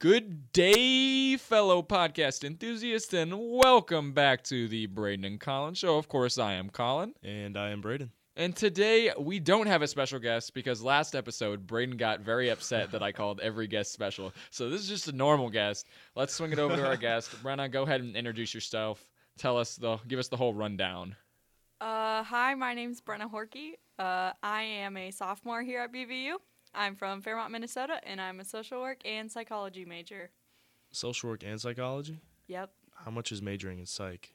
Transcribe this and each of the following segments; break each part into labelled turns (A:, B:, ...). A: Good day, fellow podcast enthusiasts, and welcome back to the Braden and Colin Show. Of course, I am Colin.
B: And I am Braden.
A: And today we don't have a special guest because last episode Braden got very upset that I called every guest special. So this is just a normal guest. Let's swing it over to our guest. Brenna, go ahead and introduce yourself. Tell us the give us the whole rundown.
C: Uh, hi, my name's Brenna Horky. Uh, I am a sophomore here at BVU. I'm from Fairmont, Minnesota, and I'm a social work and psychology major.
B: Social work and psychology.
C: Yep,
B: How much is majoring in psych?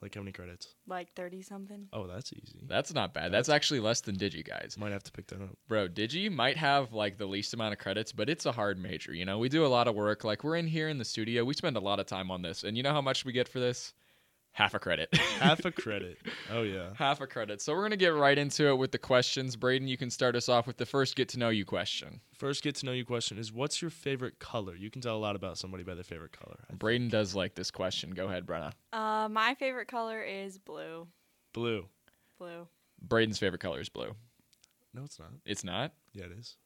B: Like how many credits?
C: like 30 something.
B: Oh, that's easy.
A: That's not bad. That's actually less than Digi guys.
B: Might have to pick that up.
A: Bro, Digi might have like the least amount of credits, but it's a hard major, you know. We do a lot of work. Like we're in here in the studio. We spend a lot of time on this. And you know how much we get for this? Half a credit.
B: Half a credit. Oh yeah.
A: Half a credit. So we're gonna get right into it with the questions. Braden, you can start us off with the first get to know you question.
B: First get to know you question is what's your favorite color? You can tell a lot about somebody by their favorite color. I-
A: Braden does like this question. Go ahead, Brenna.
C: Uh, my favorite color is blue.
B: Blue.
C: Blue.
A: Braden's favorite color is blue.
B: No, it's not.
A: It's not.
B: Yeah, it is.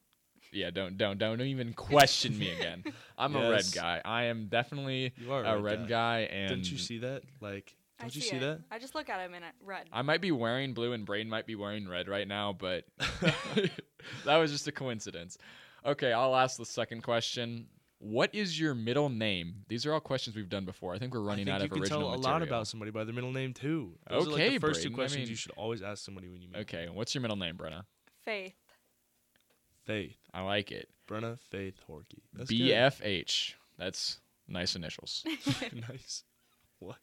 A: Yeah, don't don't don't even question me again. I'm a red
B: Yes.
A: guy. I am definitely
B: You are
A: a red guy, and
B: Didn't you see that? Like,
C: I
B: don't you see
C: it.
B: that?
C: I just look at him in it red.
A: I might be wearing blue and Braden might be wearing red right now, but that was just a coincidence. Okay, I'll ask the second question. What is your middle name? These are all questions we've done before. I think we're
B: I
A: running
B: think
A: out
B: you
A: of
B: can
A: original
B: tell a lot
A: material.
B: about somebody by their middle name too. Those are like
A: Okay,
B: the first
A: Brayden, I
B: two questions
A: mean-
B: you should always ask somebody when you meet.
A: Okay, what's your middle name, Brenna?
C: Faith.
B: Faith,
A: I like it.
B: Brenna, Faith, Horky. That's good.
A: BFH. That's nice initials.
B: nice. What?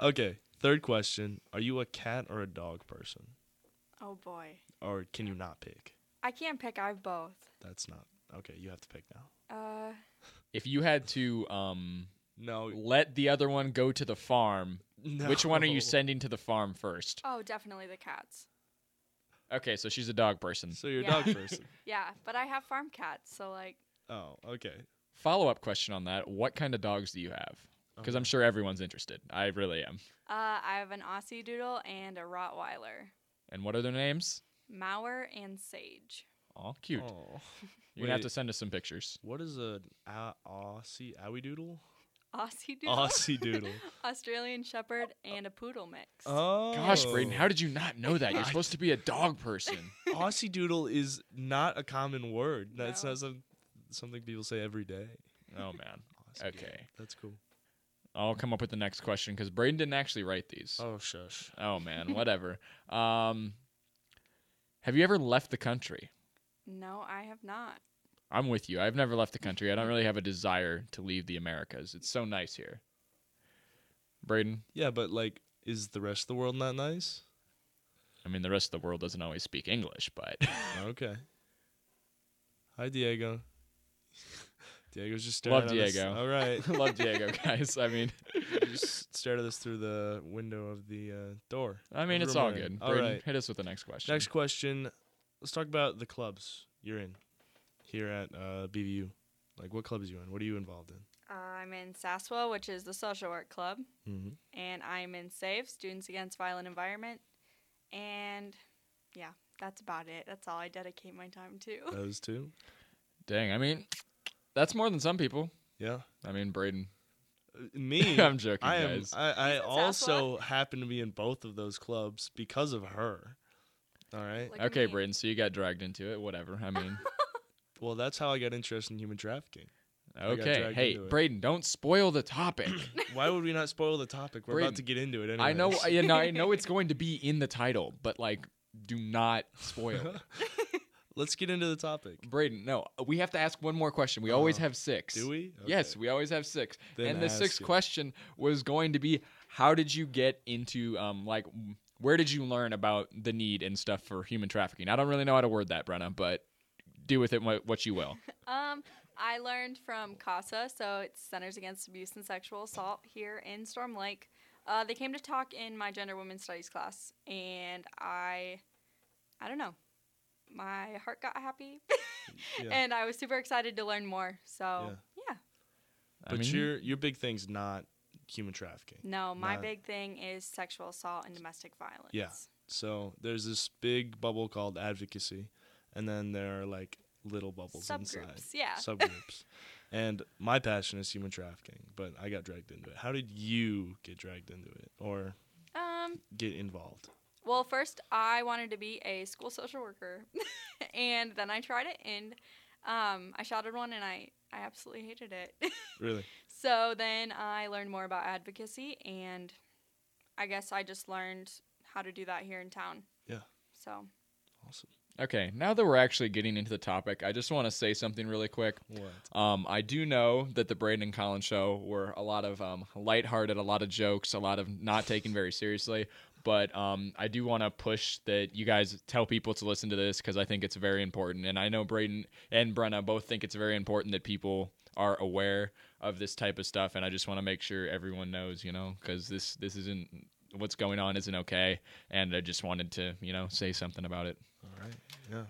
B: Okay. Third question: Are you a cat or a dog person,
C: Oh boy.
B: or can you not pick?
C: I can't pick. I've both.
B: That's not okay. You have to pick now.
C: Uh,
A: if you had to um,
B: No.
A: let the other one go to the farm, which one are you sending to the farm first?
C: oh, definitely the cats.
A: Okay, so she's a dog person.
B: So you're a
C: Yeah.
B: dog person.
C: Yeah, but I have farm cats, so like,
B: Oh, okay.
A: Follow up question on that: What kind of dogs do you have? Because I'm
B: Okay.
A: sure everyone's interested. I really am.
C: uh, I have an Aussie Doodle and a Rottweiler,
A: And what are their names?
C: Mauer and Sage.
A: Oh, cute.
B: Aw.
A: You're gonna have
B: wait.
A: to send us some pictures.
B: What is a a- Aussie owie doodle?
C: Aussie Doodle.
B: Aussie doodle.
C: Australian Shepherd and a Poodle mix.
B: Oh,
A: Gosh, Braden, how did you not know that? You're
B: I-
A: supposed to be a dog person.
B: Oh. Aussie doodle is not a common word. That's
C: No.
B: not some, something people say every day.
A: oh man,
B: Aussie doodle.
A: Okay.
B: that's cool.
A: I'll come up with the next question because Braden didn't actually write these.
B: Oh shush.
A: Oh man, whatever. Um, have you ever left the country?
C: No, I have not.
A: I'm with you. I've never left the country. I don't really have a desire to leave the Americas. It's so nice here. Braden,
B: Yeah, but like, is the rest of the world not nice?
A: I mean, the rest of the world doesn't always speak English, but
B: Okay. Hi, Diego. Diego's just staring
A: Love
B: at us.
A: Diego.
B: All right.
A: love Diego, guys. I mean,
B: He just stared at us through the window of the uh, door.
A: I mean,
B: Of
A: it's
B: room
A: all
B: we're in.
A: good.
B: All
A: Braden,
B: right.
A: hit us with the next question.
B: Next question. Let's talk about the clubs you're in here at uh, BVU. Like, what clubs you in? What are you involved in?
C: I'm in Saswell, which is the social work club,
B: Mm-hmm.
C: and I'm in SAVE, Students Against Violent Environment. And yeah, that's about it. That's all I dedicate my time to.
B: Those two.
A: Dang, I mean, that's more than some people.
B: Yeah.
A: I mean, Braden.
B: Uh, Me.
A: I'm joking,
B: I am.
A: guys.
B: I, I
C: He's in
B: also happen to be in both of those clubs because of her. All right.
C: Look at
A: Okay,
C: me.
A: Braden. So you got dragged into it. Whatever. I mean,
B: Well, that's how I got interested in human trafficking. got
A: okay.
B: dragged
A: Hey,
B: into it.
A: Braden, don't spoil the topic.
B: Why would we not spoil the topic? We're
A: Braden,
B: about to get into it. Anyways.
A: I know. You know. I know it's going to be in the title, but like, do not spoil. it.
B: Let's get into the topic.
A: Braden, no, we have to ask one more question. We always
B: Oh,
A: have six.
B: Do we?
A: Yes,
B: Okay.
A: we always have six.
B: Then
A: and the sixth
B: ask it.
A: question was going to be, how did you get into um like m- where did you learn about the need and stuff for human trafficking? I don't really know how to word that, Brenna, but do with it what, what you will.
C: Um, I learned from CASA, so it's Centers Against Abuse and Sexual Assault here in Storm Lake. Uh, they came to talk in my gender women's studies class, and I, I don't know, my heart got happy,
B: Yeah.
C: and I was super excited to learn more. So yeah,
A: I
B: But
A: mean,
B: your your big thing's not human trafficking.
C: no, my
B: Not-
C: big thing is sexual assault and domestic violence.
B: Yeah. So there's this big bubble called advocacy, and then there are like little bubbles
C: subgroups.
B: inside
C: Yeah,
B: subgroups. And my passion is human trafficking, but I got dragged into it. How did you get dragged into it or
C: Um,
B: get involved?
C: Well, first I wanted to be a school social worker, and then I tried it, and um, I shadowed one, and I I absolutely hated it.
B: Really?
C: so then I learned more about advocacy, and I guess I just learned how to do that here in town.
B: Yeah.
C: So
B: Awesome.
A: Okay, now that we're actually getting into the topic, I just want to say something really quick.
B: What?
A: Um, I do know that the Braden and Colin show were a lot of um, lighthearted, a lot of jokes, a lot of not taken very seriously. But um, I do want to push that you guys tell people to listen to this because I think it's very important. And I know Braden and Brenna both think it's very important that people are aware of this type of stuff. And I just want to make sure everyone knows, you know, because this this isn't what's going on isn't okay. And I just wanted to, you know, say something about it.
B: All right. Yeah.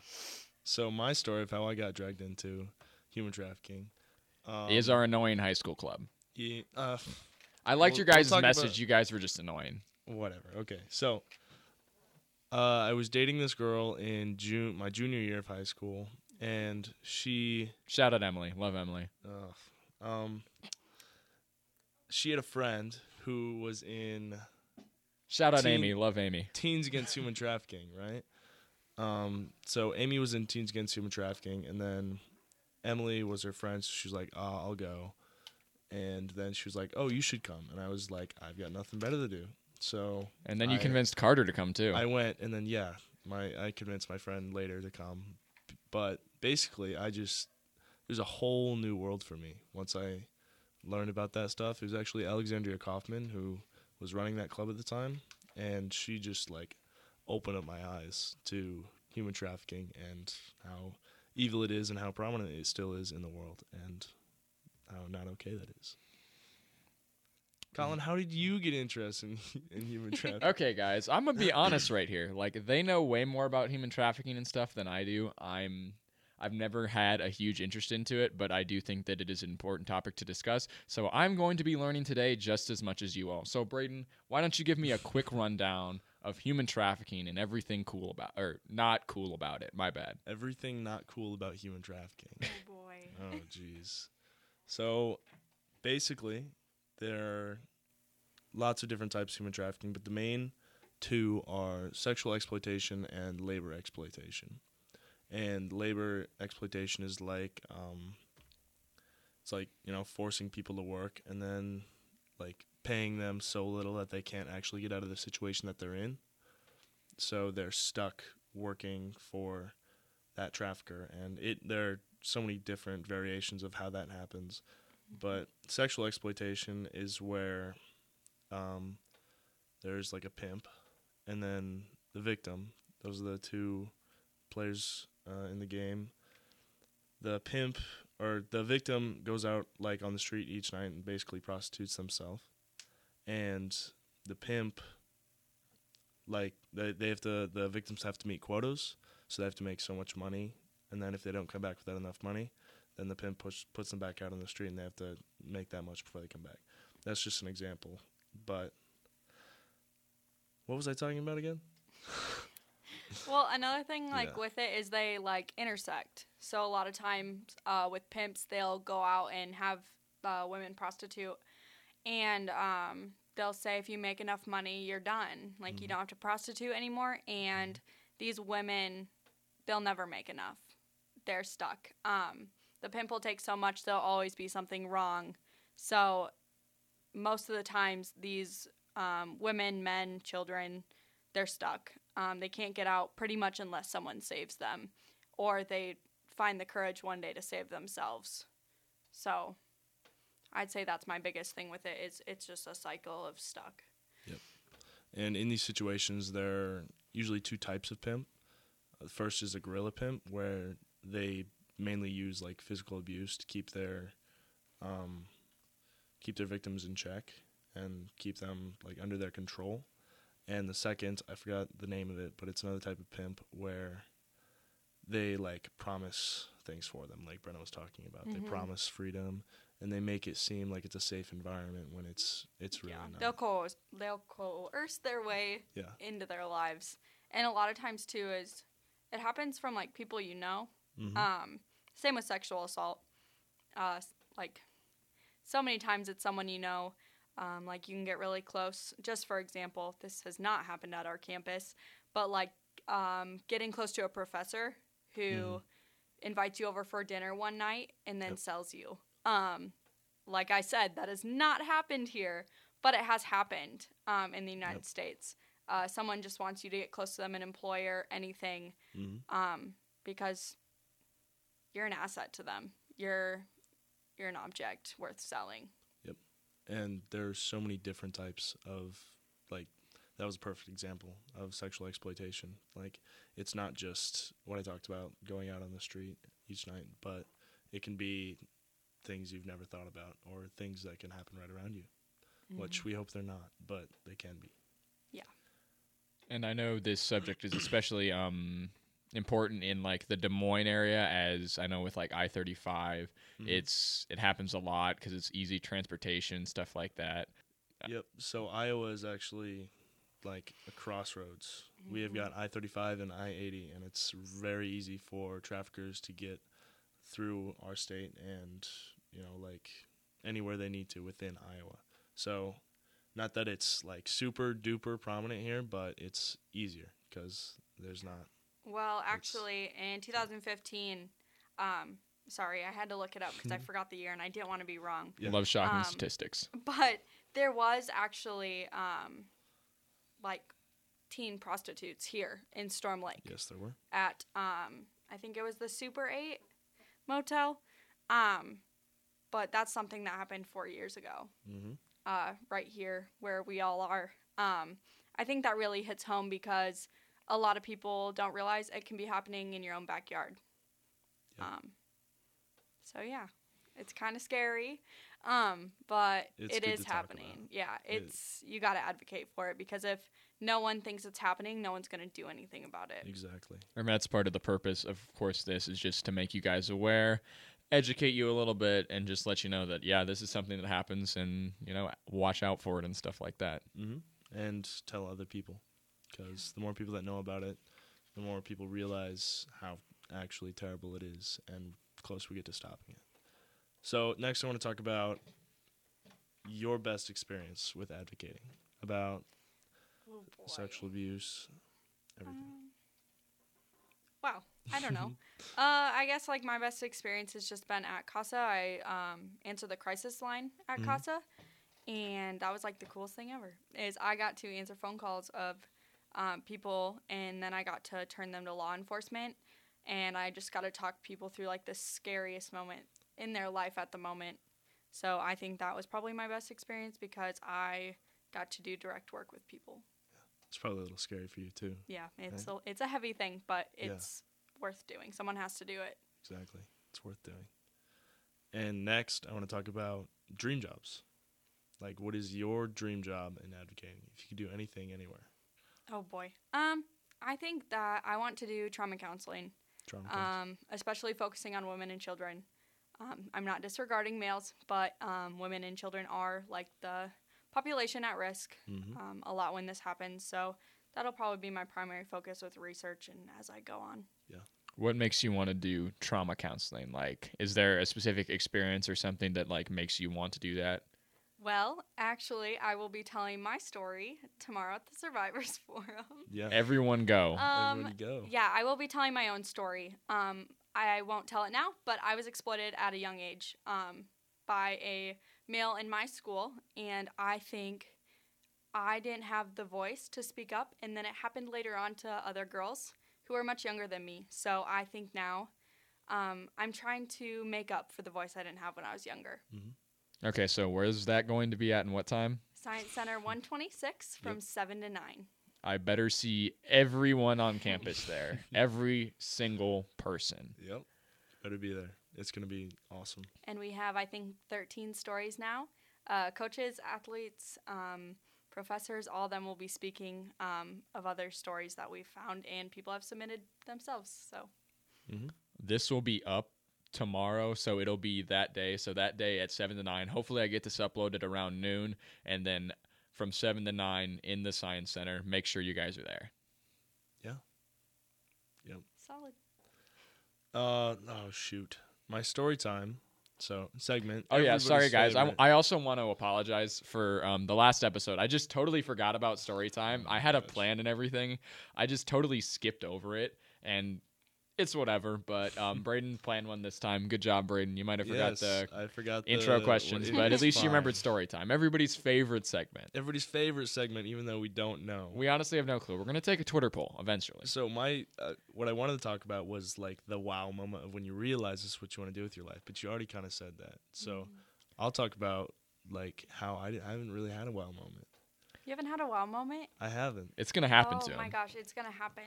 B: So my story of how I got dragged into human trafficking um,
A: Is our annoying high school club?
B: yeah, uh,
A: I liked
B: We'll-
A: your guys'
B: we'll talk
A: message.
B: about-
A: You guys were just annoying.
B: whatever. Okay. So uh, I was dating this girl in June, my junior year of high school, and she
A: Shout out Emily. Love Emily.
B: Ugh. Um, she had a friend who was in
A: Shout out
B: Team-
A: Amy. Love Amy.
B: Teens Against Human Trafficking, right? Um, so Amy was in Teens Against Human Trafficking, and then Emily was her friend. So she was like, "Ah, I'll go," and then she was like, "Oh, you should come," and I was like, "I've got nothing better to do." So
A: And then you
B: I-
A: convinced Carter to come too.
B: I went, and then yeah, my I convinced my friend later to come, B- but basically I just it was a whole new world for me once I learned about that stuff. It was actually Alexandria Kaufman who was running that club at the time, and she just like opened up my eyes to human trafficking and how evil it is and how prominent it still is in the world and how not okay that is. Colin, how did you get interested in, in human trafficking?
A: okay, guys, I'm gonna be honest right here. Like they know way more about human trafficking and stuff than I do. I'm I've never had a huge interest into it, but I do think that it is an important topic to discuss. So I'm going to be learning today just as much as you all. So Braden, why don't you give me a quick rundown of human trafficking and everything cool about or not cool about it? My bad.
B: everything not cool about human trafficking.
C: oh boy.
B: oh, jeez. So basically, there are lots of different types of human trafficking, but the main two are sexual exploitation and labor exploitation. And labor exploitation is like, um, it's like, you know, forcing people to work and then like paying them so little that they can't actually get out of the situation that they're in. So they're stuck working for that trafficker and it there are so many different variations of how that happens but sexual exploitation is where um, there's like a pimp and then the victim those are the two players uh, in the game the pimp or the victim goes out like on the street each night and basically prostitutes themselves and the pimp like they, they have to the victims have to meet quotas so they have to make so much money and then if they don't come back with that enough money then the pimp push, puts them back out on the street and they have to make that much before they come back that's just an example but what was i talking about again
C: Well, another thing like
B: Yeah.
C: with it is they like intersect. So a lot of times uh, with pimps, they'll go out and have uh, women prostitute, and um, they'll say if you make enough money, you're done. Like you don't have to prostitute anymore. And these women, they'll never make enough. They're stuck. Um, the pimp will take so much, there'll always be something wrong. So most of the times, these um, women, men, children, they're stuck. Um, they can't get out pretty much unless someone saves them or they find the courage one day to save themselves. So I'd say that's my biggest thing with it is it's just a cycle of stuck.
B: and in these situations there are usually two types of pimp Uh, the first is a gorilla pimp where they mainly use like physical abuse to keep their um, keep their victims in check and keep them like under their control and the second i forgot the name of it but it's another type of pimp where they like promise things for them like brenna was talking about
C: Mhm.
B: they promise freedom and they make it seem like it's a safe environment when it's it's really not
C: They'll coerce, they'll coerce their way
B: yeah
C: into their lives. And a lot of times too is it happens from like people you know.
B: Mhm.
C: Um, same with sexual assault. Uh, s- like so many times it's someone you know. Um, like you can get really close. Just for example, this has not happened at our campus, but like um, getting close to a professor who
B: Mhm.
C: invites you over for dinner one night and then
B: Yep.
C: sells you. Um, like I said, that has not happened here, but it has happened um, in the United
B: Yep.
C: States. Uh, someone just wants you to get close to them, an employer, anything,
B: hmm
C: um, because you're an asset to them. You're you're an object worth selling.
B: and there's so many different types of like that was a perfect example of sexual exploitation like it's not just what i talked about going out on the street each night but it can be things you've never thought about or things that can happen right around you Mm-hmm. which we hope they're not but they can be
A: And I know this subject is especially um, important in like the Des Moines area, as I know with like I thirty five,
B: Mhm.
A: it's it happens a lot because it's easy transportation stuff like that.
B: Yep. So Iowa is actually like a crossroads. We have got I 35 and I 80, and it's very easy for traffickers to get through our state and, you know, like anywhere they need to within Iowa. So, not that it's like super duper prominent here, but it's easier because there's not.
C: Well, actually, in 2015, um, sorry, I had to look it up because I forgot the year and I didn't want to be wrong.
B: Yeah.
A: Love shocking
C: Um,
A: statistics.
C: But there was actually um, like teen prostitutes here in Storm Lake
B: Yes, there were.
C: at um, I think it was the Super Eight Motel. Um, but that's something that happened four years ago
B: hmm
C: uh, right here where we all are. Um, I think that really hits home because a lot of people don't realize it can be happening in your own backyard.
B: Yeah.
C: Um, so yeah, it's kind of scary, um, but
B: It's
C: it
B: good
C: is
B: to talk about.
C: happening. Yeah,
B: It-
C: it's you got to advocate for it because if no one thinks it's happening, no one's gonna do anything about it.
B: Exactly.
A: And that's part of the purpose, of course. This is just to make you guys aware, educate you a little bit, and just let you know that yeah, this is something that happens, and you know, watch out for it and stuff like that.
B: hmm And tell other people because the more people that know about it, the more people realize how actually terrible it is and close we get to stopping it. So, next, I want to talk about your best experience with advocating about sexual abuse, everything.
C: Um, wow, I don't know. uh, I guess like my best experience has just been at Casa. I um, answered the crisis line at
B: Mhm.
C: Casa, and that was like the coolest thing ever. Is I got to answer phone calls of um, people, and then I got to turn them to law enforcement, and I just got to talk people through like the scariest moment in their life at the moment. So I think that was probably my best experience because I got to do direct work with people.
B: It's probably a little scary for you, too.
C: Yeah, it's a, it's a heavy thing, but
B: Yeah.
C: it's worth doing. Someone has to do it.
B: Exactly. It's worth doing. And next, I want to talk about dream jobs. Like, what is your dream job in advocating? If you could do anything, anywhere,
C: Oh boy. Um, I think that I want to do trauma counseling,
B: trauma. counseling.
C: um, especially focusing on women and children. Um, I'm not disregarding males, but um, women and children are like the population at risk
A: Mm-hmm.
B: Mhm.
C: um, a lot when this happens. So that'll probably be my primary focus with research and as I go on.
A: What makes you want to do trauma counseling? Like, is there a specific experience or something that like makes you want to do that?
C: Well, actually, I will be telling my story tomorrow at the Survivors Forum.
B: Yeah.
A: Oh, Everyone go.
C: Um,
B: Everybody go.
C: Yeah, I will be telling my own story. Um, I won't tell it now, but I was exploited at a young age um, by a male in my school, and I think I didn't have the voice to speak up, and then it happened later on to other girls who are much younger than me. So I think now um, I'm trying to make up for the voice I didn't have when I was younger.
A: Okay, so where's that going to be at and what time?
C: Science Center 126 from 7 to 9.
A: I better see everyone on campus there. Every single person.
B: Yep. Better be there. It's gonna be awesome.
C: and we have I think 13 stories now. Uh, coaches, athletes, um, professors, all of them will be speaking um, of other stories that we've found and people have submitted themselves. So
A: This will be up tomorrow, so it'll be that day. So that day at 7 to 9. Hopefully, I get this uploaded around noon. And then from 7 to 9 in the Science Center, make sure you guys are there.
C: solid.
B: Uh oh shoot. My story time. So segment.
A: Oh yeah,
B: everybody's
A: sorry guys. I,
B: favorite.
A: I also want to apologize for um, the last episode. I just totally forgot about story time. I had a
B: Oh, gosh.
A: plan and everything. I just totally skipped over it, and it's whatever. But um, Braden planned one this time. Good job, Braden. You might have forgot
B: Yes,
A: the
B: I forgot the
A: intro
B: what
A: questions,
B: it
A: but at
B: is.
A: least you
B: Fine.
A: remembered story time. Everybody's favorite segment.
B: everybody's favorite segment, even though we don't know.
A: We honestly have no clue. We're gonna take a Twitter poll eventually.
B: so my uh, what I wanted to talk about was like the wow moment of when you realize this is what you want to do with your life, but you already kind of said that. So
C: Mm-hmm.
B: I'll talk about like how I, di- I haven't really had a wow moment.
C: You haven't had a wow moment?
B: I haven't.
A: It's gonna happen
C: oh
A: soon.
C: my gosh, it's gonna happen.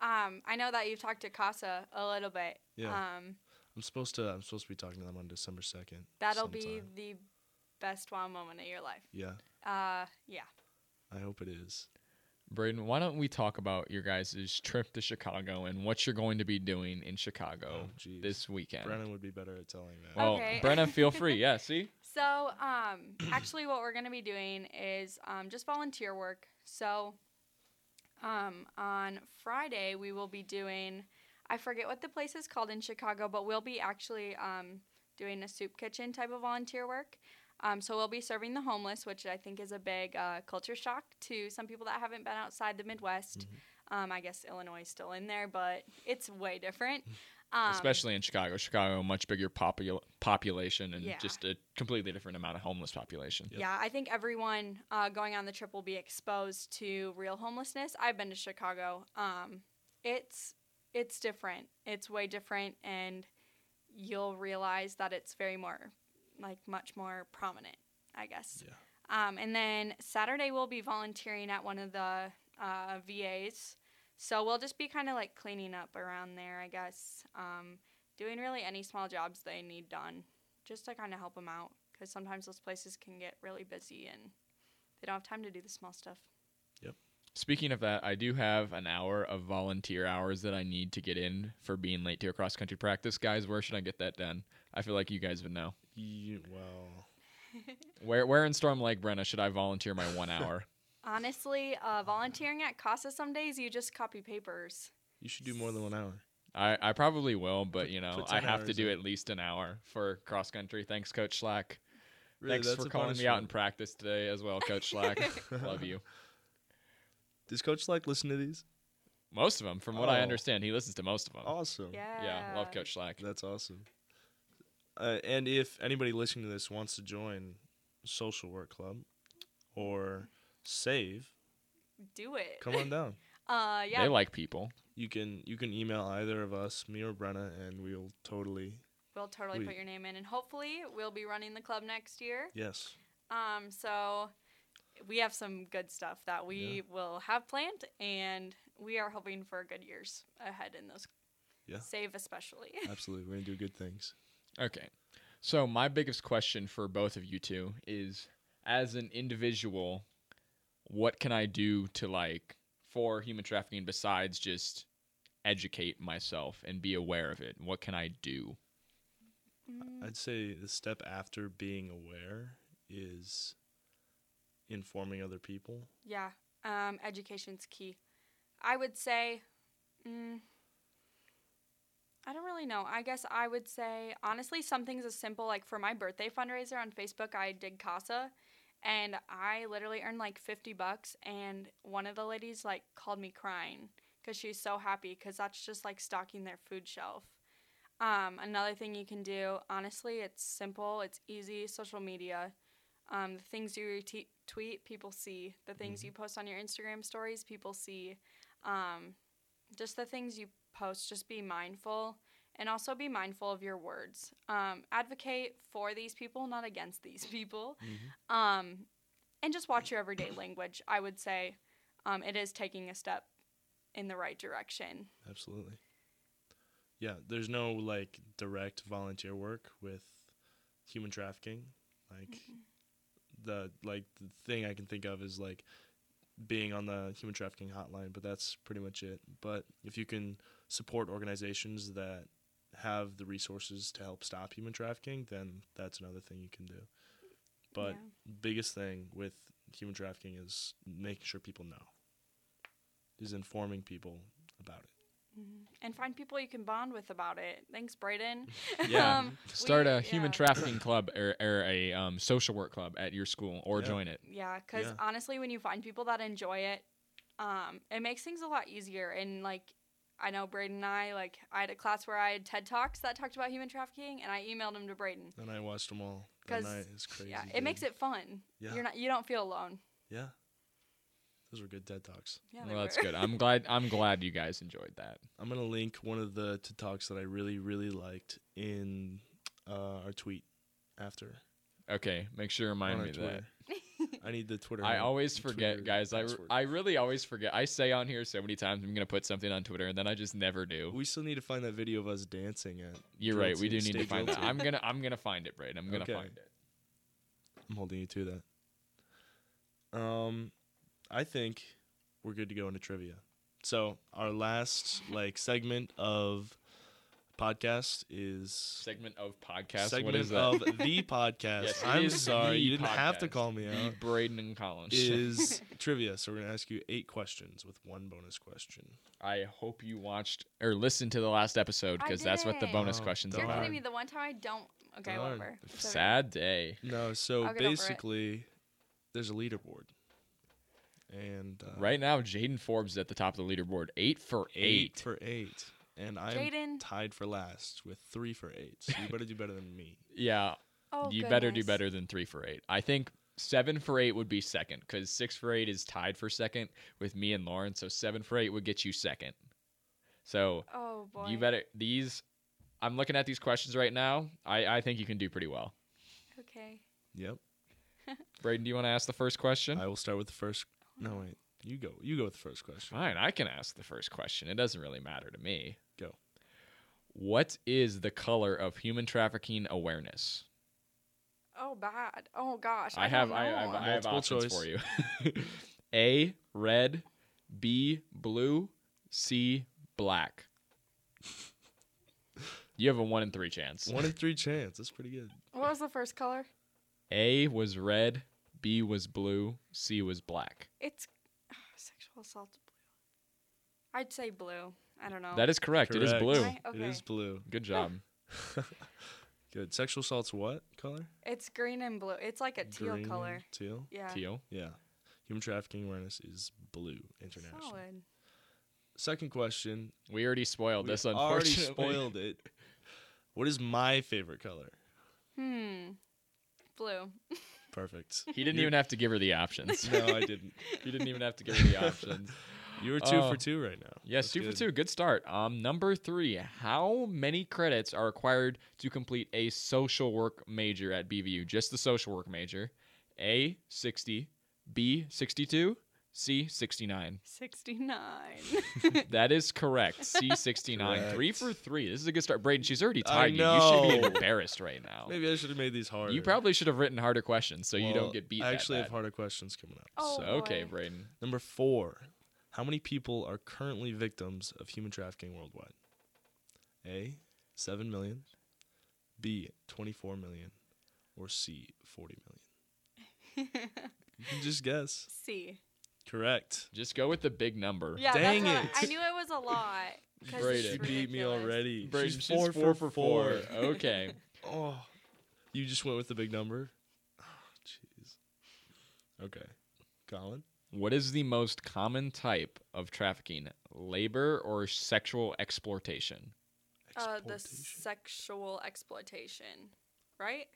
C: Um, I know that you've talked to Casa a little bit.
B: Yeah.
C: Um,
B: I'm supposed to I'm supposed to be talking to them on December 2nd.
C: that'll be
B: sometime.
C: the best wow moment of your life.
B: Yeah.
C: Uh, yeah.
B: I hope it is.
A: Braden, why don't we talk about your guys' trip to Chicago and what you're going to be doing in Chicago
B: Oh, jeez.
A: this weekend? Oh.
B: Brennan would be better at telling that.
A: Well,
C: Okay.
A: Brenna, feel free. Yeah, see?
C: So, um, actually, what we're going to be doing is um, just volunteer work. So, um, on Friday, we will be doing, I forget what the place is called in Chicago, but we'll be actually um, doing a soup kitchen type of volunteer work. Um, so, we'll be serving the homeless, which I think is a big uh, culture shock to some people that haven't been outside the Midwest. Um, I guess Illinois is still in there, but it's way different. Um,
A: Especially in Chicago. Chicago, much bigger popul- population and
C: Yeah.
A: just a completely different amount of homeless population.
B: Yep.
C: Yeah, I think everyone uh, going on the trip will be exposed to real homelessness. I've been to Chicago. Um, it's it's different. It's way different, and you'll realize that it's very more, like much more prominent, I guess.
B: Yeah.
C: Um, and then Saturday we'll be volunteering at one of the uh, VAs, so we'll just be kind of like cleaning up around there, I guess. Um, doing really any small jobs they need done, just to kind of help them out, because sometimes those places can get really busy and they don't have time to do the small stuff.
A: Speaking of that, I do have an hour of volunteer hours that I need to get in for being late to a cross country practice. Guys, where should I get that done? I feel like you guys would know.
B: You, well,
A: Where, where in Storm Lake, Brenna, should I volunteer my one hour?
C: Honestly, uh, volunteering at Casa some days you just copy papers.
B: you should do more than one hour.
A: I, I probably will, but you know,
B: put
A: I
B: 10
A: have to
B: hours
A: do
B: in.
A: at least an hour for cross country. Thanks, Coach Slack.
B: Really,
A: Thanks
B: that's
A: for
B: a
A: calling me out in
B: punishment.
A: practice today as well, Coach Slack. Love you.
B: Does Coach like listen to these?
A: Most of them, from what I
B: Oh.
A: understand, he listens to most of them.
B: Awesome.
C: Yeah.
A: yeah, love Coach Slack.
B: That's awesome. Uh, and if anybody listening to this wants to join Social Work Club or Save,
C: Do it.
B: come on down.
C: Uh, yeah.
A: They like people.
B: You can you can email either of us, me or Brenna, and we'll totally
C: We'll totally
B: We-
C: put your name in, and hopefully we'll be running the club next year.
B: yes.
C: Um, so we have some good stuff that we will have planned, and we are hoping for good years ahead in those.
B: Yeah.
C: Save especially.
B: Absolutely, we're gonna do good things.
A: Okay. So my biggest question for both of you two is as an individual, what can I do to like for human trafficking besides just educate myself and be aware of it? What can I do?
B: I'd say the step after being aware is informing other people.
C: Yeah, um, education's key. I would say, mm, I don't really know. I guess I would say, honestly, something's as simple like for my birthday fundraiser on Facebook, I did Casa and I literally earned like 50 bucks. And one of the ladies like called me crying because she's so happy because that's just like stocking their food shelf. Um, another thing you can do, honestly, it's simple, it's easy, social media. Um, the things you rete- tweet, people see. The things you post on your Instagram stories, people see. Um, just the things you post, just be mindful and also be mindful of your words. Um, advocate for these people, not against these people. Um, and just watch your everyday language. I would say um, it is taking a step in the right direction.
B: Absolutely. Yeah, there's no like direct volunteer work with human trafficking. Like the like the thing I can think of is like being on the human trafficking hotline, but that's pretty much it. But if you can support organizations that have the resources to help stop human trafficking, then that's another thing you can do. But
C: Yeah.
B: biggest thing with human trafficking is making sure people know. Is informing people about it.
A: Mm-hmm.
C: and find people you can bond with about it. Thanks, Brayden.
A: Yeah.
C: um, we-
A: Start a human
C: yeah.
A: trafficking club or, or a um, social work club at your school or
B: Yeah.
A: join it.
C: Yeah, because
B: Yeah.
C: honestly, when you find people that enjoy it, um, it makes things a lot easier. And like, I know Braden and I, like, I had a class where I had TED Talks that talked about human trafficking, and I emailed them to Braden.
B: And I watched them all. That
C: 'Cause,
B: night is crazy.
C: Yeah, it
B: dude.
C: makes it fun.
B: Yeah.
C: You're not, you don't feel alone.
B: Yeah. Those were good TED Talks.
C: Yeah, they
A: well, that's
C: were.
A: good. I'm glad. I'm glad you guys enjoyed that.
B: I'm going to link one of the TED Talks that I really, really liked in uh, our tweet after.
A: Okay, make sure you
B: on
A: remind
B: our
A: me of that.
B: Twitter. I need the Twitter.
A: I
B: handle-
A: always
B: the
A: forget,
B: Twitter
A: guys. I, r-
B: password.
A: I really always forget. I say on here so many times I'm gonna put something on Twitter and then I just never do.
B: We still need to find that video of us dancing at.
A: You're right. We do
B: guilty,
A: need to
B: stay
A: find that.
B: guilty.
A: I'm gonna I'm gonna find it, Braden. I'm gonna
B: Okay.
A: find it.
B: I'm holding you to that. Um, I think we're good to go into trivia. So our last like segment of podcast is
A: Segment of podcast.
B: segment
A: what is that?
B: of the podcast.
A: Yes, it
B: I'm
A: is
B: sorry,
A: the
B: you didn't have to
A: podcast.
B: call me out.
A: Braden and Collins.
B: Is trivia. So we're gonna ask you eight questions with one bonus question.
A: I hope you watched or listened to the last episode
C: I
A: because that's what the
C: didn't.
A: bonus
B: Oh,
A: question's
C: You're
B: Darn.
A: about.
C: kidding me. The one time I don't. Okay,
B: Darn.
C: whatever. It's okay.
A: Sad day.
B: No, so
C: I'll get over it.
B: basically, there's a leaderboard, and uh,
A: Right now, Jaden Forbes is at the top of the leaderboard, eight for
B: eight,
A: eight.
B: for eight, and I'm
C: Jaden.
B: tied for last with three for eight. So you better do better than me.
A: Yeah,
C: Oh,
A: you better do
C: goodness.
A: better than three for eight. I think seven for eight would be second because six for eight is tied for second with me and Lauren. So seven for eight would get you second. So
C: Oh boy.
A: you better these. I'm looking at these questions right now. I, I think you can do pretty well.
C: Okay.
B: Yep.
A: Braden, do you want to ask the first question?
B: I will start with the first. No wait, you go. You go with the first question.
A: Fine, I can ask the first question. It doesn't really matter to me.
B: Go.
A: What is the color of human trafficking awareness?
C: Oh bad. Oh gosh. I,
A: I have
C: Don't
A: I, I have,
C: know.
A: I have
B: Multiple
A: options for you. A red, B blue, C black. You have a one in three chance.
B: One in three chance. That's pretty good.
C: What was the first color?
A: A was red, B was blue, C was black.
C: It's sexual assault. Blue. I'd say blue. I don't know.
A: That is correct. It is
B: Correct.
A: blue.
C: Right?
B: It is
C: Okay.
B: blue.
A: Good job.
B: Good. Sexual assault's what color?
C: It's green and blue. It's like a Uh, teal
B: Green,
C: color.
B: Teal.
C: Yeah.
A: Teal.
B: Yeah. Human trafficking awareness is blue international.
C: Solid.
B: Second question.
A: We already spoiled
B: we
A: this,
B: already
A: unfortunately.
B: spoiled it. What is my favorite color?
C: Hmm. Blue.
B: Perfect.
A: He didn't
B: You're-
A: even have to give her the options.
B: No, I didn't.
A: he didn't even have to give her the options.
B: You were two
A: Oh.
B: for two right now.
A: Yes,
B: That's
A: two
B: good.
A: for two. Good start. Um, number three. How many credits are required to complete a social work major at BVU? Just the social work major. A sixty, B sixty two, C sixty nine.
C: 69.
A: That is correct. C sixty nine. Three
B: Correct.
A: for three. This is a good start. Braden, she's already
B: I
A: tied you. You should
B: know.
A: be embarrassed right now.
B: Maybe I should have made these harder.
A: You probably should have written harder questions so you
B: Well,
A: don't get beat.
B: I
A: that
B: actually have
A: bad.
B: harder questions coming up.
C: Oh.
B: So.
A: So, okay,
C: boy.
A: Braden.
B: Number four, how many people are currently victims of human trafficking worldwide? A, 7 million, B, 24 million, or C, 40 million? You can just guess.
C: C.
B: Correct.
A: Just go with the big number.
C: Yeah,
B: Dang
C: that's what I, I
B: it.
C: knew it was a lot. 'cause
A: Braden.
B: She
C: it's
B: beat me
C: ridiculous.
B: already.
A: Braden,
B: she's, four, for four.
A: okay.
B: Oh, you just went with the big number? Oh, jeez. Okay. Colin?
A: What is the most common type of trafficking? Labor or sexual exploitation?
C: Uh, the
B: Exploitation.
C: sexual exploitation, right?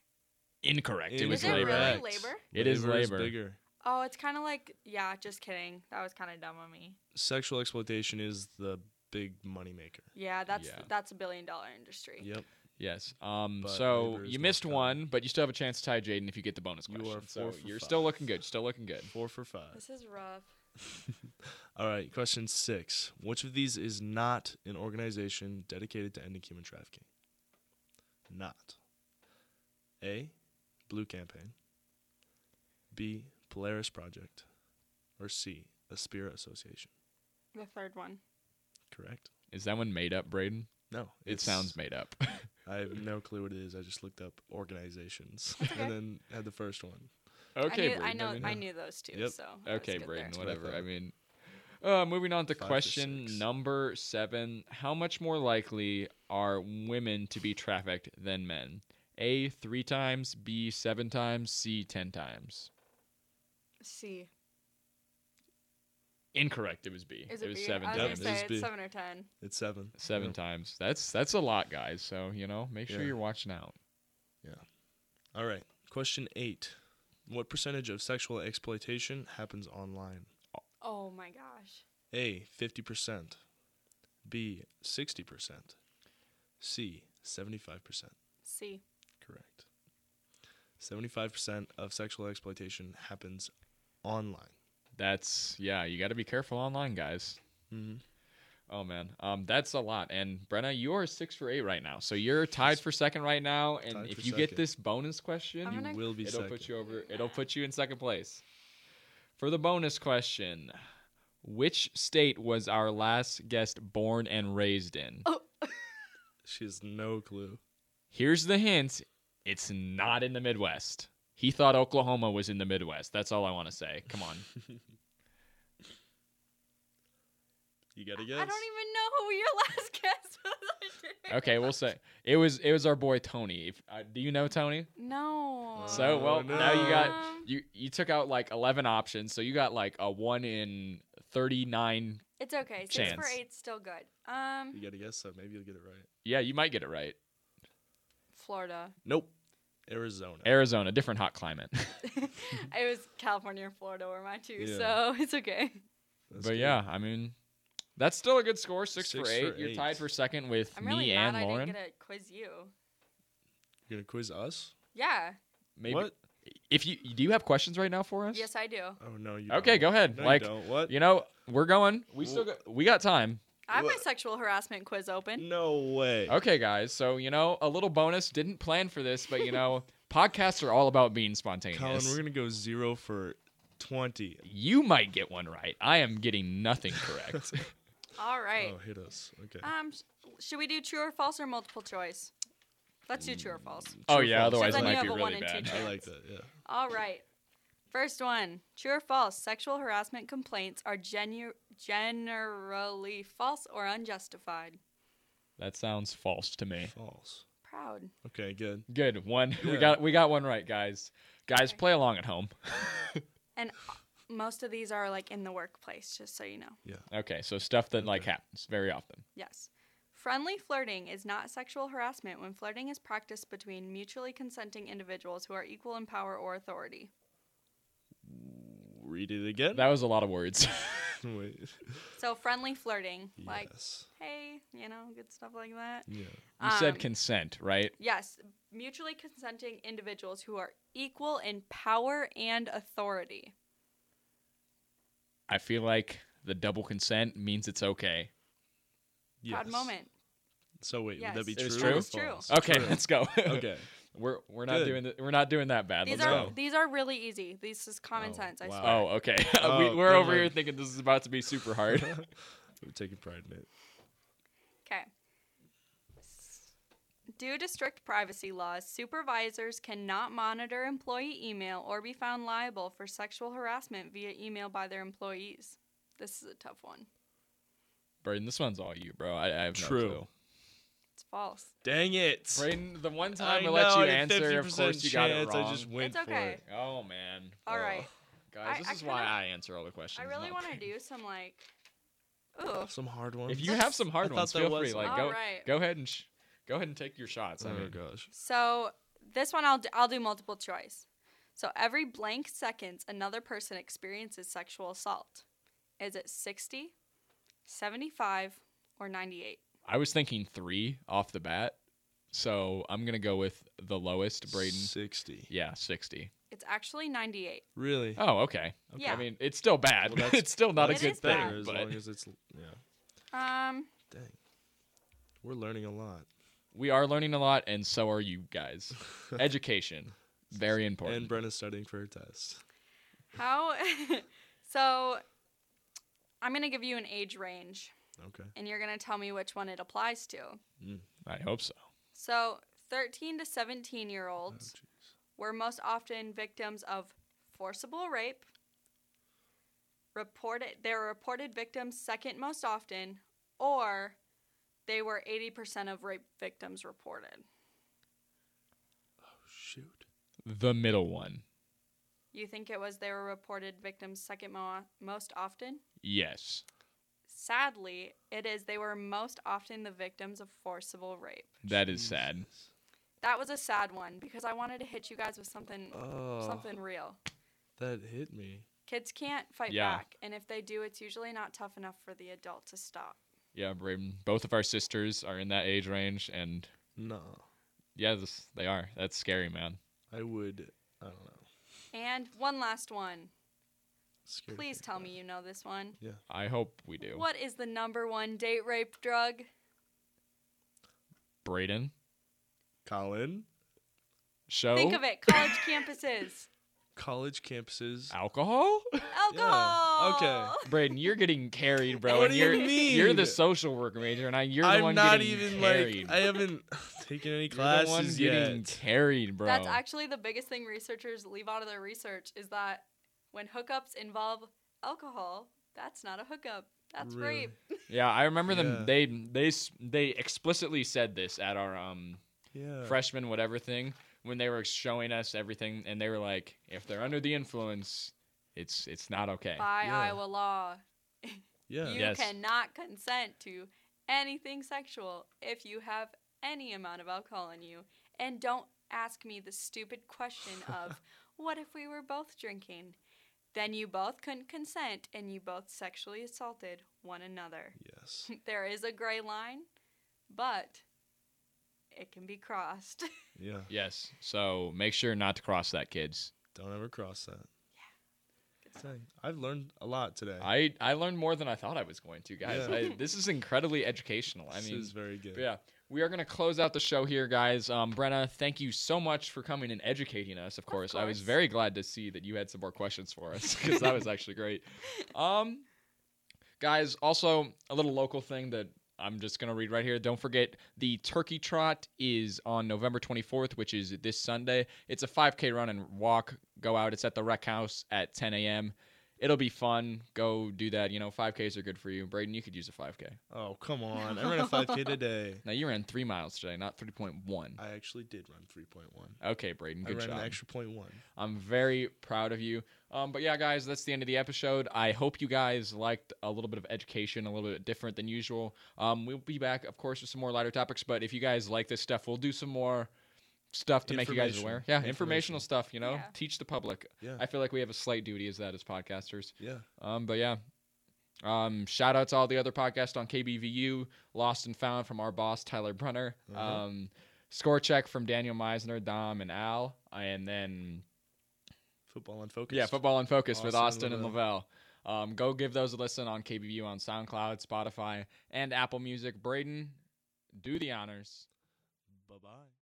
A: Incorrect. It was
C: Is it
A: labor.
C: really?
B: Incorrect.
C: labor?
A: It is
B: is
A: labor.
B: bigger.
C: Oh, it's kind of like yeah. Just kidding. That was kind of dumb of me.
B: Sexual exploitation is the big moneymaker.
C: Yeah, that's
A: Yeah.
C: that's a billion dollar industry.
B: Yep.
A: Yes. Um.
B: But
A: so
B: labor is
A: you
B: most
A: missed
B: common.
A: one, but you still have a chance to tie Jaden if you get the bonus
B: You
A: question.
B: are
A: so
B: four for
A: you're
B: five.
A: still looking good. Still looking good.
B: Four for five.
C: This is rough.
B: All right, question six. Which of these is not an organization dedicated to ending human trafficking? Not. A. Blue Campaign. B. Polaris Project. Or C. Aspira Association.
C: The third one.
B: Correct?
A: Is that one made up, Braden?
B: No.
A: It
B: it's-
A: sounds made up.
B: I have no clue what it is. I just looked up organizations
C: That's okay.
B: and then had the first one.
A: okay,
C: I knew,
A: Braden.
C: I know.
A: mean,
C: I
B: yeah.
C: knew those two.
B: Yep.
C: So I was
A: Okay,
C: good
A: Braden.
C: there.
B: what I
A: Whatever.
B: thought.
A: I mean, Uh, moving on to
B: Five to
A: question
B: six.
A: number seven. How much more likely are women to be trafficked than men? A, three times, B, seven times, C, ten times.
C: C.
A: Incorrect. It was B.
C: Is
A: it
C: it,
A: was
C: B?
A: seven
C: I
B: Yeah,
C: was gonna
A: times.
B: it
C: say
B: is
C: it's
B: B.
C: seven or ten.
B: It's seven.
A: Seven
B: Yeah.
A: times. That's that's a lot, guys. So you know, make sure
B: Yeah.
A: you're watching out.
B: All right. Question eight. What percentage of sexual exploitation happens online?
C: Oh my gosh.
B: A. 50%. B. 60%. C. 75%.
C: C.
B: Correct. 75% of sexual exploitation happens online.
A: That's yeah. You got to be careful online, guys.
B: Mm-hmm.
A: Oh man, um, that's a lot. And Brenna, you are six for eight right now, so you're tied for second right now. And
B: Tied
A: if
B: for
A: you get
B: second.
A: this bonus question,
C: I'm
A: you
C: gonna-
B: You will be
A: it'll
B: second.
A: put you over it'll put you in second place for the bonus question which state was our last guest born and raised in
B: she has no clue.
A: here's the hint it's not in the midwest he thought oklahoma was in the midwest that's all i want to say come on
B: You gotta
C: I
B: guess.
C: don't even know who your last guess was. I didn't.
A: okay we'll say it was it was our boy tony if, uh, do you know tony
C: No.
A: so
B: Oh,
A: well now you got
C: Um,
A: you you took out like 11 options so you got like a 1 in 39
C: It's okay. Six for
A: Chance.
C: eight's still good. Um,
B: You gotta guess that. Maybe you'll get it right.
A: yeah you might get it right
C: Florida.
B: Nope. Arizona.
A: arizona different hot climate
C: it was California and Florida were my two,
B: Yeah.
C: so it's okay.
B: That's
A: but
B: good.
A: yeah, I mean, that's still a good score, six,
B: Six
A: for
B: for
A: eight. You're
B: eight.
A: tied for second with
C: I'm
A: me
C: really mad
A: and
C: I
A: Lauren.
C: didn't get to quiz you.
B: You gonna quiz us?
C: Yeah.
A: Maybe
B: What?
A: if you do you have questions right now for us?
C: Yes, I do.
B: Oh no, you.
A: Okay,
B: don't.
A: go ahead.
B: No,
A: like
B: you don't. what?
A: you know, we're going. We still got, we got time.
C: I have my
B: What? Mm.
C: sexual harassment quiz open.
B: No way.
A: Okay, guys. So you know, a little bonus. Didn't plan for this, but you know, podcasts are all about being spontaneous.
B: Colin, we're gonna go zero for twenty.
A: you might get one right. I am getting nothing correct.
C: All right.
B: Oh, hit us. Okay.
C: Um, sh- should we do true or false or multiple choice? Let's do true or false.
A: oh
B: True or
A: yeah,
B: false?
A: otherwise
C: Since I
A: it
C: knew
A: might
C: I
A: be
C: have a one
A: really
C: and two
A: bad.
C: chance.
B: I like that. Yeah.
C: All right. First one true or false sexual harassment complaints are genu- generally false or unjustified.
A: That sounds false to me.
B: False.
C: Proud.
B: Okay, good.
A: Good one. We
B: Yeah.
A: got we got one right, guys. Guys,
C: Okay.
A: play along at home.
C: And uh, most of these are like in the workplace, just so you know.
A: Okay, so stuff that like
B: Okay.
A: happens very often.
C: Yes. Friendly flirting is not sexual harassment when flirting is practiced between mutually consenting individuals who are equal in power or authority.
B: Read it again.
A: That was a lot of words.
B: Wait.
C: So friendly flirting, like
B: yes.
C: hey, you know, good stuff like that.
B: Yeah.
A: you said
C: Um,
A: consent, right?
C: Yes, mutually consenting individuals who are equal in power and authority.
A: I feel like the double consent means it's okay.
C: Proud
B: Yes.
C: moment.
B: So wait, would that be
C: Yes.
A: It was
B: true?
A: true?
B: or
C: It's true.
B: false?
A: Okay,
B: True.
A: let's go.
B: okay.
A: we're we're not
B: Good.
A: doing th- we're not doing that bad.
C: These
A: Let's
C: are
A: go.
C: these are really easy. This is common
B: Oh,
C: sense. I
B: wow.
C: swear.
A: Oh, okay. we,
B: Oh,
A: we're over
B: never.
A: here thinking this is about to be super hard.
B: We're taking pride in it.
C: Okay. Due to strict privacy laws, supervisors cannot monitor employee email or be found liable for sexual harassment via email by their employees. This is a tough one.
A: Braden, this one's all you, bro. I, I have no
B: True.
A: clue.
C: It's false.
B: Dang it!
A: Braden, the one
B: I
A: time I, let
B: know,
A: you
B: I had
A: answer, of
B: 50%
A: course you got it
B: chance,
A: wrong.
B: I just went
C: It's okay.
B: for it.
A: Oh man.
C: All
A: Ugh.
C: right.
A: Guys,
C: I-
A: this
C: I
A: is why
C: kinda-
A: I answer all the questions.
C: I really
A: not
C: want to
A: Braden.
C: do some like, ooh,
B: Some hard ones.
A: If you have some hard
B: I thought
A: ones,
B: that
A: feel
B: was-
A: free. Like
C: All
A: go
C: right.
A: go ahead and sh- go ahead and take your shots. I
B: Oh
A: mean,
B: gosh.
C: So this one I'll do, I'll do multiple choice. So every blank seconds another person experiences sexual assault. Is it 60, 75, or 98?
A: I was thinking three off the bat, so I'm gonna go with the lowest, Braden.
B: Sixty.
A: Yeah, sixty.
C: It's actually 98.
B: Really?
A: Oh, okay.
C: Yeah.
A: I mean, it's still bad. but
B: Well, that's-
A: it's still not a
C: It
A: good
C: is bad.
A: thing.
B: Better as
A: but
B: long as it's yeah.
C: Um,
B: Dang. We're learning a lot.
A: we are learning a lot, and so are you guys. Education, very
B: and
A: important.
B: Brenna's studying for her test.
C: how? so I'm going to give you an age range
B: Okay.
C: and you're going to tell me which one it applies to.
A: I hope so.
C: So 13 to 17 year
B: Oh,
C: olds
B: jeez.
C: were most often victims of forcible rape, reported they were reported victims second most often, or they were 80% of rape victims reported.
B: Shoot.
A: The middle one.
C: You think it was they were reported victims second mo- most often?
A: Yes.
C: Sadly, it is they were most often the victims of forcible rape.
A: That is sad.
B: Jesus.
C: That was a sad one because I wanted to hit you guys with something
B: Oh,
C: something real.
B: that hit me.
C: Kids can't fight
A: Yeah.
C: back, and if they do, it's usually not tough enough for the adult to stop.
A: Yeah, Braden. Both of our sisters are in that age range, and
B: No,
A: yeah, this, they are. That's scary, man.
B: I would. I don't know.
C: And one last one.
B: Scared
C: Please
B: me.
C: tell me you know this one.
A: I hope we do.
C: What is the number one date rape drug?
A: Braden,
B: Colin,
A: show
C: Think of it, college campuses.
B: college campuses.
A: alcohol.
C: Alcohol.
A: Braden, you're getting carried, bro.
B: What
A: and
B: do you
A: you're,
B: mean?
A: You're the social work major, and I, you're the
B: I'm
A: one
B: not
A: getting
B: even
A: carried.
B: like I haven't taken any
A: You're the one
B: classes
A: getting
B: yet.
A: carried, bro.
C: That's actually the biggest thing researchers leave out of their research is that when hookups involve alcohol, that's not a hookup. That's
B: Really?
C: rape.
A: yeah, I remember
B: Yeah.
A: them. They they s- they explicitly said this at our um
B: Yeah.
A: freshman whatever thing when they were showing us everything, and they were like, if they're under the influence, it's it's not okay.
C: By
B: Yeah.
C: Iowa law,
B: yeah.
C: you
A: Yes.
C: cannot consent to anything sexual if you have any amount of alcohol in you. And don't ask me the stupid question of what if we were both drinking? Then you both couldn't consent and you both sexually assaulted one another.
B: Yes.
C: there is a gray line, but it can be crossed.
B: Yeah.
A: Yes. So make sure not to cross that, kids.
B: Don't ever cross that.
C: Good stuff.
B: Dang. I've learned a lot today.
A: I I learned more than I thought I was going to, guys.
B: Yeah.
A: I, this is incredibly educational. I
B: this
A: mean,
B: is very good.
A: But yeah, we are going to close out the show here, guys. Um, Brenna, thank you so much for coming and educating us. Of course, I was
C: course.
A: very glad to see that you had some more questions for us because that was actually great. Um, guys, also a little local thing that I'm just going to read right here. Don't forget the Turkey Trot is on November 24th, which is this Sunday. It's a 5K run and walk. Go out. It's at the Rec House at 10 a.m. It'll be fun. Go do that. You know, 5Ks are good for you. Braden, you could use a 5K.
B: Oh come on! I ran a 5K today.
A: Now you ran three miles today, not 3.1.
B: I actually did run 3.1.
A: Okay, Braden,
B: I
A: good
B: ran
A: job.
B: an extra point one.
A: I'm very proud of you. Um, but yeah, guys, that's the end of the episode. I hope you guys liked a little bit of education, a little bit different than usual. Um, we'll be back, of course, with some more lighter topics. But if you guys like this stuff, we'll do some more stuff to make you guys
B: Informational.
A: aware. Yeah,
B: Informational.
A: informational stuff. You know,
C: Yeah.
A: teach the public.
B: Yeah.
A: I feel like we have a slight duty as that as podcasters.
B: Yeah.
A: Um, but yeah. Um, shout out to all the other podcasts on KBVU, Lost and Found from our boss Tyler Brunner,
B: Uh-huh.
A: um, Score Check from Daniel Meisner, Dom and Al, and then
B: Football on focus.
A: yeah, Football and Focus with Austin
B: Austin and
A: and Lavelle. Um, go give those a listen on KBVU on SoundCloud, Spotify, and Apple Music. Braden, do the honors.
B: Bye bye.